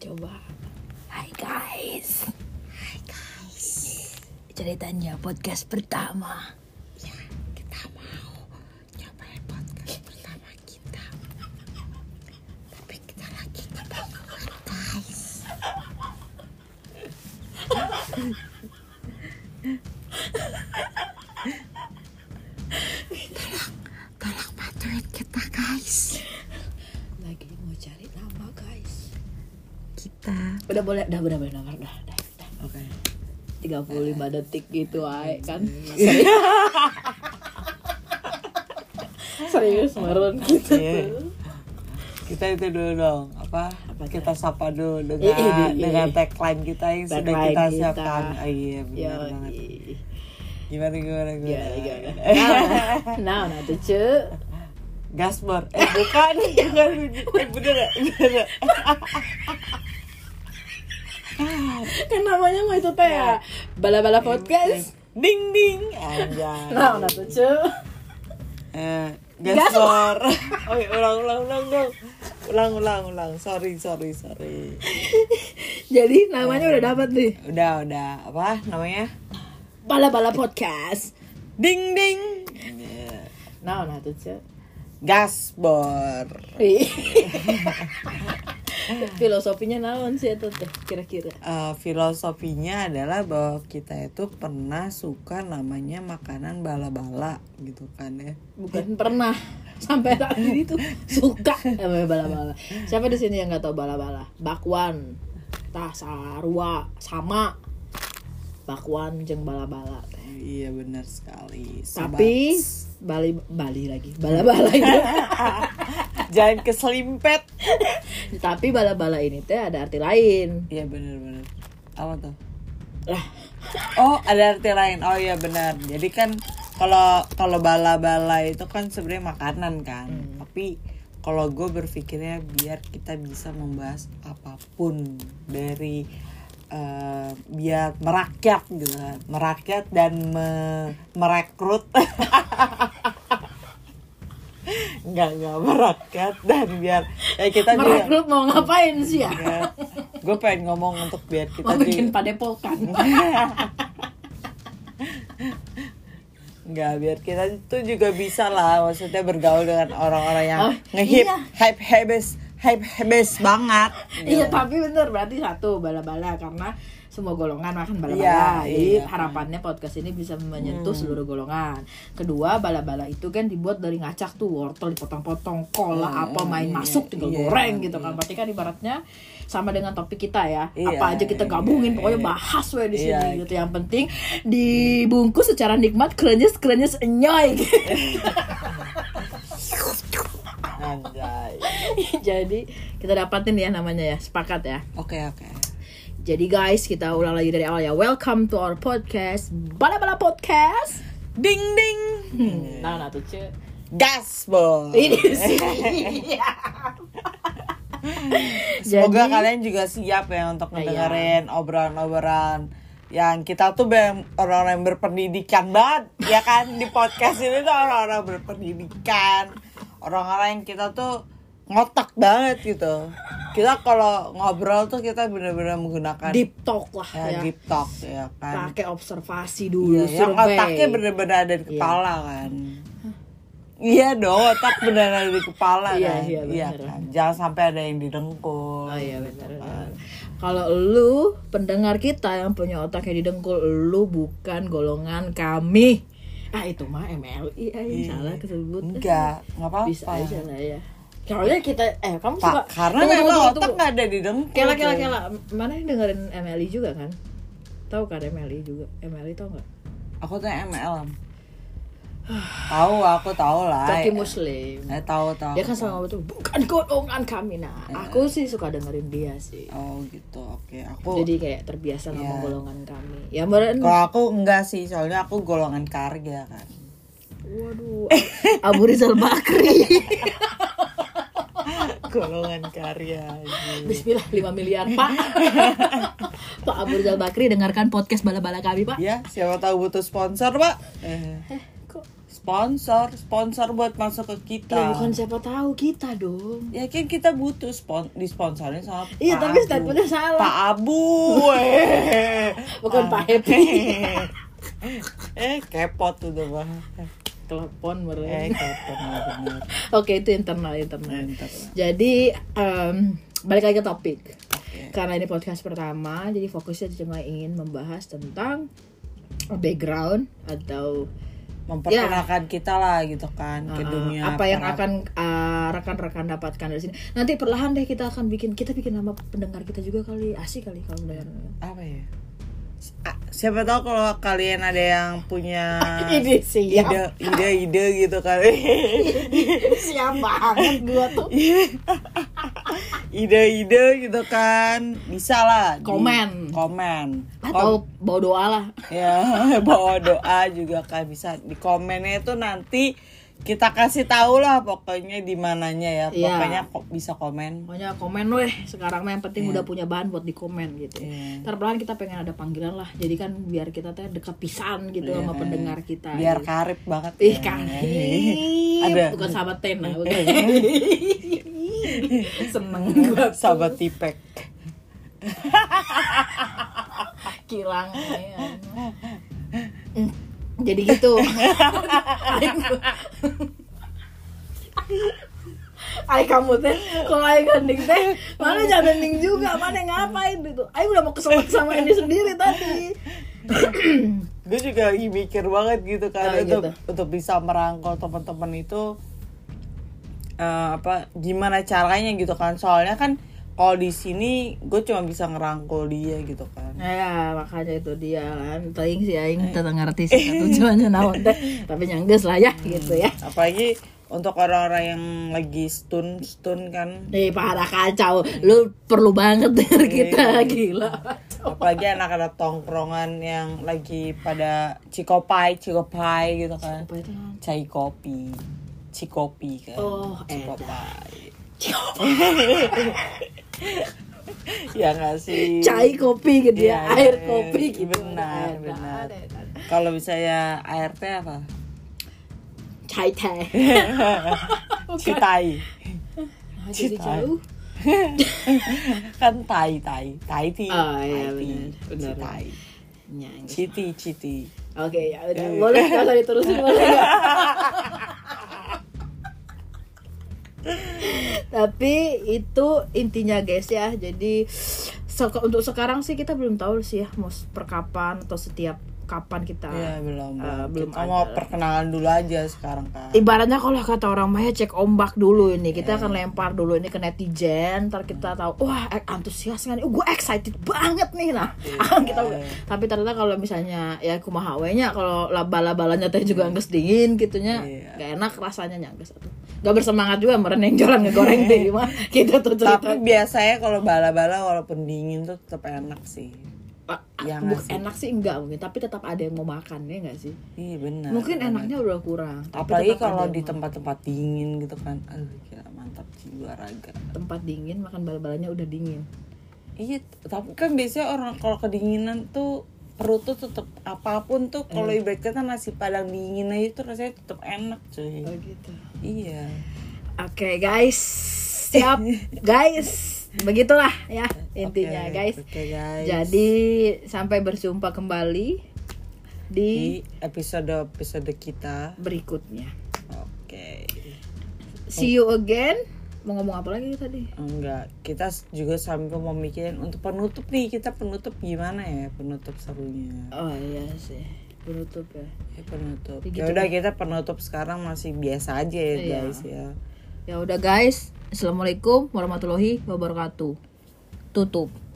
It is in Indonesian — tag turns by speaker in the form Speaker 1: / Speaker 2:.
Speaker 1: coba Hai guys
Speaker 2: Hai guys,
Speaker 1: Ceritanya podcast pertama
Speaker 2: ya kita mau nyobain podcast pertama kita. Tapi kita lagi kebingungan guys. tolong, tolong bantuin kita guys.
Speaker 1: Lagi mau cari nama guys
Speaker 2: Kita
Speaker 1: Udah boleh, udah udah boleh nomor dah, dah, dah. Oke 35 detik gitu ay kan Serius meren gitu
Speaker 3: Iya. kita itu dulu dong apa,
Speaker 1: Apa tuh?
Speaker 3: kita sapa dulu dengan
Speaker 1: Iya, iya, iya.
Speaker 3: dengan tagline kita yang sudah
Speaker 1: Tagline
Speaker 3: kita
Speaker 1: kita.
Speaker 3: siapkan Oh, iya benar
Speaker 1: Yo,
Speaker 3: banget
Speaker 1: i-
Speaker 3: gimana gimana
Speaker 1: iya,
Speaker 3: gimana,
Speaker 1: iya, iya. Nah, nah, nah, tuh cu
Speaker 3: gaspor eh bukan bukan eh bener ya bener ya?
Speaker 1: Kan namanya mau itu teh
Speaker 3: Iya.
Speaker 1: ya Bala-bala podcast
Speaker 3: ding ding anjay
Speaker 1: Nah, nah, tuh cu
Speaker 3: eh,
Speaker 1: Gaspor.
Speaker 3: gaspor oh iya, ulang ulang ulang dong ulang ulang ulang sorry sorry sorry
Speaker 1: Jadi namanya udah dapat nih
Speaker 3: udah udah apa namanya
Speaker 1: Bala-bala podcast
Speaker 3: ding ding Iya.
Speaker 1: Nah, nah, tuh cu
Speaker 3: gaspor
Speaker 1: Ih. Filosofinya naon sih itu teh kira-kira.
Speaker 3: Eh, filosofinya adalah bahwa kita itu pernah suka namanya makanan bala-bala gitu kan ya.
Speaker 1: Bukan pernah sampai saat ini tuh suka Eh, sama bala-bala. Siapa di sini yang nggak tahu bala-bala? Bakwan, tah sarua sama bakwan jeng bala-bala. teh.
Speaker 3: Iya benar sekali. Sobat,
Speaker 1: Tapi Bali Bali lagi bala-bala itu.
Speaker 3: jangan keselimpet.
Speaker 1: Tapi bala-bala ini teh ada arti lain.
Speaker 3: Iya benar-benar. Apa tuh?
Speaker 1: Lah,
Speaker 3: Oh ada arti lain. Oh iya benar. Jadi kan kalau kalau bala-bala itu kan sebenarnya makanan kan.
Speaker 1: Hmm.
Speaker 3: Tapi kalau gue berpikirnya biar kita bisa membahas apapun dari eh, biar merakyat gitu kan. Merakyat dan me- merekrut. Enggak enggak merakyat dan biar eh, kita juga
Speaker 1: merekrut mau ngapain sih ya?
Speaker 3: gue pengen ngomong untuk biar kita
Speaker 1: Mau
Speaker 3: juga-
Speaker 1: Oh, bikin padepokan.
Speaker 3: Enggak, biar kita tuh juga bisa lah maksudnya bergaul dengan orang-orang yang
Speaker 1: Oh,
Speaker 3: ngehip,
Speaker 1: iya.
Speaker 3: hype habis, hype habis banget.
Speaker 1: Iya tapi bener berarti satu bala-bala karena semua golongan makan bala-bala.
Speaker 3: Iya,
Speaker 1: Jadi
Speaker 3: iya. Hmm.
Speaker 1: harapannya podcast ini bisa menyentuh seluruh golongan. Kedua bala-bala itu kan dibuat dari ngacak tuh wortel dipotong-potong, kol lah apa main
Speaker 3: iya,
Speaker 1: masuk tinggal
Speaker 3: iya,
Speaker 1: goreng gitu kan. Berarti kan ibaratnya sama dengan topik kita ya.
Speaker 3: Iya,
Speaker 1: apa aja kita
Speaker 3: iya,
Speaker 1: gabungin
Speaker 3: iya.
Speaker 1: pokoknya bahas we di sini
Speaker 3: Iya.
Speaker 1: gitu. Yang penting dibungkus secara nikmat kerenyes kerenyes enyoy.
Speaker 3: Anjay.
Speaker 1: Jadi kita dapatin ya namanya ya. Sepakat ya.
Speaker 3: Oke, oke.
Speaker 1: Jadi guys, kita ulang lagi dari awal ya. Welcome to our podcast, Bala Bala Podcast.
Speaker 3: Ding ding.
Speaker 1: Nah, nah tuh cuy.
Speaker 3: Gas, Bos.
Speaker 1: Ini sih.
Speaker 3: Semoga
Speaker 1: Jadi-
Speaker 3: kalian juga siap ya untuk
Speaker 1: Nah,
Speaker 3: ngedengerin obrolan-obrolan yang kita tuh bem- orang-orang yang berpendidikan banget ya kan di podcast ini tuh orang-orang berpendidikan orang-orang yang kita tuh ngotak banget gitu kita kalau ngobrol tuh kita bener-bener menggunakan
Speaker 1: Deep talk lah
Speaker 3: ya,
Speaker 1: ya.
Speaker 3: deep talk ya kan
Speaker 1: Pakai observasi dulu,
Speaker 3: Iya, yang
Speaker 1: survei.
Speaker 3: otaknya bener-bener ada di kepala kan iya dong otak bener ada di kepala
Speaker 1: Iya,
Speaker 3: kan
Speaker 1: iya, bener.
Speaker 3: kan jangan sampai ada yang didengkul
Speaker 1: Oh iya benar. Kalau lu pendengar kita yang punya otak yang didengkul, lu bukan golongan kami. Ah itu mah MLI, ah, yang salah kesebut.
Speaker 3: Iya. Enggak, enggak apa-apa.
Speaker 1: Bisa aja lah ya. Soalnya kita eh kamu
Speaker 3: Pak,
Speaker 1: suka
Speaker 3: karena
Speaker 1: Tunggu, tunggu,
Speaker 3: memang
Speaker 1: tunggu,
Speaker 3: otak
Speaker 1: tunggu.
Speaker 3: nggak ada di dengkul.
Speaker 1: Kela kela
Speaker 3: cuy.
Speaker 1: kela. Mana yang dengerin MLI juga kan? Tahu kan MLI juga? MLI tau nggak?
Speaker 3: Aku tuh ML. tahu, aku tahu lah.
Speaker 1: Coki Muslim.
Speaker 3: Eh, tahu tahu.
Speaker 1: Dia kan sama betul bukan golongan kami nah.
Speaker 3: Iya.
Speaker 1: Aku sih suka dengerin dia sih.
Speaker 3: Oh gitu, oke. Aku
Speaker 1: Jadi kayak terbiasa ngomong
Speaker 3: Iya.
Speaker 1: golongan kami. Ya meren.
Speaker 3: kalau aku enggak sih, soalnya aku golongan karya kan.
Speaker 1: Waduh. Abu Rizal Bakri.
Speaker 3: golongan karya. anjing.
Speaker 1: Bismillah 5 miliar, Pak. Pak Abu Rizal
Speaker 3: Iya.
Speaker 1: Bakri dengarkan podcast bala-bala kami, Pak.
Speaker 3: ya, siapa tahu butuh sponsor, Pak. Eh,
Speaker 1: Eh, kok
Speaker 3: sponsor, sponsor buat masuk ke
Speaker 1: Ya
Speaker 3: kita.
Speaker 1: bukan siapa tahu kita dong.
Speaker 3: Ya kan kita butuh spon disponsorin sama
Speaker 1: Iya, tapi
Speaker 3: Abu.
Speaker 1: statementnya salah.
Speaker 3: Pak Abu. eh. weh.
Speaker 1: Bukan Pak Happy.
Speaker 3: eh kepot tuh tuh Bang.
Speaker 1: Telepon
Speaker 3: Eh
Speaker 1: mereka.
Speaker 3: kepot bener.
Speaker 1: Oke, itu internal internal.
Speaker 3: Mantap.
Speaker 1: Jadi em, balik lagi ke topik. Karena ini podcast pertama, jadi fokusnya cuma ingin membahas tentang background atau
Speaker 3: Memperkenalkan kita lah gitu kan ke
Speaker 1: uh,
Speaker 3: dunia
Speaker 1: apa yang
Speaker 3: para-
Speaker 1: akan uh, rekan-rekan dapatkan dari sini. Nanti perlahan deh kita akan bikin kita bikin nama pendengar kita juga kali asik kali kalau pendengar.
Speaker 3: apa ya? Si- ah, Siapa tahu kalau kalian ada yang punya
Speaker 1: Ini siap,
Speaker 3: ide ide ide gitu kali.
Speaker 1: siap banget gua tuh.
Speaker 3: ide-ide gitu kan bisa lah di-
Speaker 1: Komen.
Speaker 3: komen
Speaker 1: Atau bawa doa lah.
Speaker 3: Kom- ya bawa doa juga kan bisa di komennya itu nanti kita kasih tahu lah pokoknya di mananya ya
Speaker 1: Iya.
Speaker 3: pokoknya kok bisa komen
Speaker 1: Pokoknya komen weh sekarang mah yang penting udah punya bahan buat di komen gitu.
Speaker 3: Iya.
Speaker 1: Ntar perlahan kita pengen ada panggilan lah. Jadi kan biar kita teh dekat pisan gitu sama pendengar kita.
Speaker 3: Iya. biar
Speaker 1: gitu.
Speaker 3: karib banget
Speaker 1: Ih
Speaker 3: ya.
Speaker 1: karib.
Speaker 3: Ada. Iya.
Speaker 1: Bukan sahabat Tena. bukan. Seneng gua
Speaker 3: sahabat tipek
Speaker 1: kilang. ya. Mm, Jadi gitu. Ay kamu teh, kalau ay ganding teh, mana jangan ning juga, mana ngapain gitu. Ay udah mau kesel sama ini sendiri tadi.
Speaker 3: gue juga lagi mikir banget gitu kan
Speaker 1: Oh,
Speaker 3: untuk
Speaker 1: gitu.
Speaker 3: untuk bisa merangkul teman-teman itu eh, apa gimana caranya gitu kan soalnya kan kalau di sini gue cuma bisa ngerangkul dia gitu kan
Speaker 1: Nah, ya makanya itu dia kan teuing si aing teu ngerti sih tujuannya naon teh tapi nyanggeus lah ya gitu ya
Speaker 3: apalagi untuk orang-orang yang lagi stun stun kan
Speaker 1: Eh parah kacau lu perlu banget denger kita gila
Speaker 3: apalagi anak-anak tongkrongan yang lagi pada cikopai cikopai gitu kan
Speaker 1: apa itu naon?
Speaker 3: cai kopi cikopi kan
Speaker 1: Oh,
Speaker 3: cikopai ya nggak sih
Speaker 1: cai kopi gitu ya,
Speaker 3: Iya,
Speaker 1: air
Speaker 3: iya,
Speaker 1: kopi gitu
Speaker 3: benar
Speaker 1: Ada,
Speaker 3: benar
Speaker 1: ada, ada.
Speaker 3: kalau misalnya ART apa
Speaker 1: cai teh
Speaker 3: citai
Speaker 1: Nah, jadi
Speaker 3: Cita.
Speaker 1: jauh
Speaker 3: kan tai tai tai ti
Speaker 1: Oh, iya,
Speaker 3: tai ti
Speaker 1: benar, benar.
Speaker 3: citai Iya,
Speaker 1: Nyangis.
Speaker 3: citi citi
Speaker 1: oke ya
Speaker 3: Iya,
Speaker 1: udah boleh nggak usah diterusin boleh nggak? tapi itu intinya guys ya jadi sek- untuk sekarang sih kita belum tahu sih ya mau perkapan atau setiap kapan kita
Speaker 3: ya belum
Speaker 1: eh,
Speaker 3: belum
Speaker 1: belum
Speaker 3: kita
Speaker 1: ada
Speaker 3: mau
Speaker 1: lah.
Speaker 3: perkenalan dulu aja sekarang kan
Speaker 1: ibaratnya kalau kata orang Maya cek ombak dulu ini kita akan lempar dulu ini ke netizen ntar kita tahu wah eh, antusias kan gue excited banget nih nah
Speaker 3: Iya.
Speaker 1: akan kita tapi ternyata kalau misalnya ya kumaha we nya kalau laba balanya teh juga nggak dingin gitunya
Speaker 3: Iya.
Speaker 1: gak enak rasanya nyangkes satu gak bersemangat juga mereneng jalan ngegoreng deh mah gitu tuh cerita
Speaker 3: tapi biasanya kalau bala-bala walaupun dingin tuh tetap enak sih
Speaker 1: Ah,
Speaker 3: Ya
Speaker 1: buk-
Speaker 3: nggak sih?
Speaker 1: enak sih enggak mungkin tapi tetap ada yang mau makan ya nggak sih
Speaker 3: iya benar
Speaker 1: mungkin
Speaker 3: benar.
Speaker 1: enaknya udah kurang tapi
Speaker 3: apalagi
Speaker 1: tetap ada
Speaker 3: kalau
Speaker 1: yang
Speaker 3: di
Speaker 1: mau.
Speaker 3: tempat-tempat dingin gitu kan aduh gila mantap jiwa raga
Speaker 1: tempat dingin makan bala-balanya udah dingin
Speaker 3: Iya, tapi kan biasanya orang kalau kedinginan tuh perut tuh tetap apapun tuh kalau ibarat kata nasi padang dingin aja tuh rasanya tetap enak cuy.
Speaker 1: oh gitu
Speaker 3: Iya.
Speaker 1: Oke guys, siap guys, begitulah ya intinya
Speaker 3: Oke,
Speaker 1: guys.
Speaker 3: Oke guys.
Speaker 1: Jadi sampai berjumpa kembali di
Speaker 3: di episode episode kita.
Speaker 1: berikutnya.
Speaker 3: Oke.
Speaker 1: See you again. Mau ngomong apa lagi tadi?
Speaker 3: Enggak, kita juga sambil mau mikirin untuk penutup nih, kita penutup gimana ya penutup serunya.
Speaker 1: Oh iya sih, penutup ya.
Speaker 3: Ya penutup.
Speaker 1: Begitu,
Speaker 3: Ya udah kita penutup sekarang masih biasa aja ya
Speaker 1: Iya.
Speaker 3: guys ya.
Speaker 1: Ya udah guys, assalamualaikum warahmatullahi wabarakatuh. Tutup.